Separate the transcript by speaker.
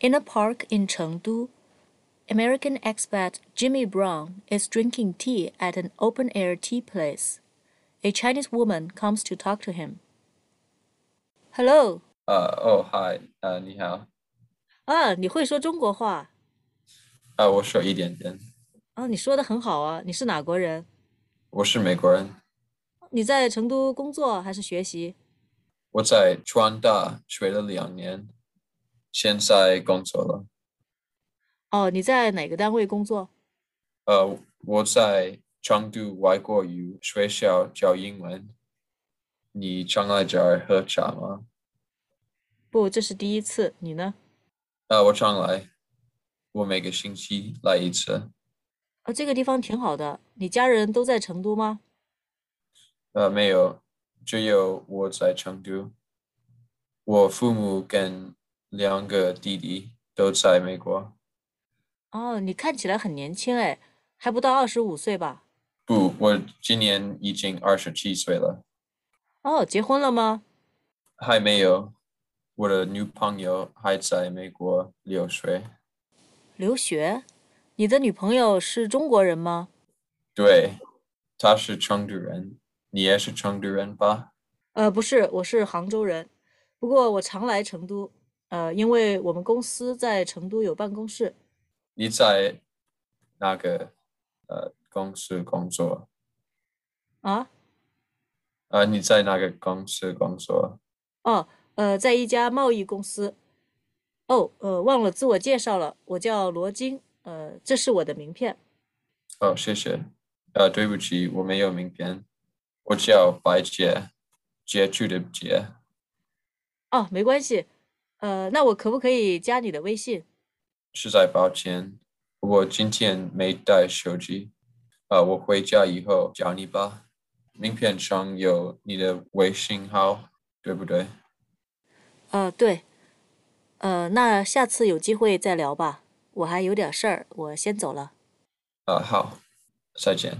Speaker 1: In a park in Chengdu, American expat Jimmy Brown is drinking tea at an open air tea place. A Chinese woman comes to talk to him. Hello，
Speaker 2: 呃，哦，嗨，呃，你好，
Speaker 1: 啊，Ah, 你会说中国话
Speaker 2: 呃，我说一点点，
Speaker 1: 啊？你说的很好啊，你是哪国人？
Speaker 2: 我是美国人，
Speaker 1: 你在成都工作还是学习？
Speaker 2: 我在川大学了两年，现在工作了，
Speaker 1: 哦，你在哪个单位工作？
Speaker 2: 呃，我在成都外国语学校教英文。你常来这儿喝茶吗？
Speaker 1: 不，这是第一次。你呢？
Speaker 2: 啊、我常来，我每个星期来一次，
Speaker 1: 啊，这个地方挺好的。你家人都在成都吗？
Speaker 2: 呃，没有，只有我在成都，我父母跟两个弟弟都在美国。
Speaker 1: 哦，你看起来很年轻哎，还不到二十五岁吧？
Speaker 2: 不，我今年已经二十七岁了，
Speaker 1: 哦，结婚了吗？
Speaker 2: 还没有。我的女朋友还在美国留学。
Speaker 1: 留学？你的女朋友是中国人吗？
Speaker 2: 对，她是成都人，你也是成都人吧？
Speaker 1: 呃，不是，我是杭州人，不过我常来成都，呃，因为我们公司在成都有办公室。
Speaker 2: 你在那个呃公司工作？
Speaker 1: 啊，
Speaker 2: 啊、你在那个公司工作？
Speaker 1: 哦，呃，在一家贸易公司。哦，呃，忘了自我介绍了，我叫罗金，呃，这是我的名片。
Speaker 2: 哦，谢谢。呃，对不起，我没有名片，我叫白洁，杰出的杰。
Speaker 1: 哦，没关系，呃，那我可不可以加你的微信？
Speaker 2: 实在抱歉，我今天没带手机。啊，我回家以后找你吧。名片上有你的微信号，对不对？
Speaker 1: 呃，对，呃，那下次有机会再聊吧，我还有点事儿，我先走了。
Speaker 2: 啊，好，再见。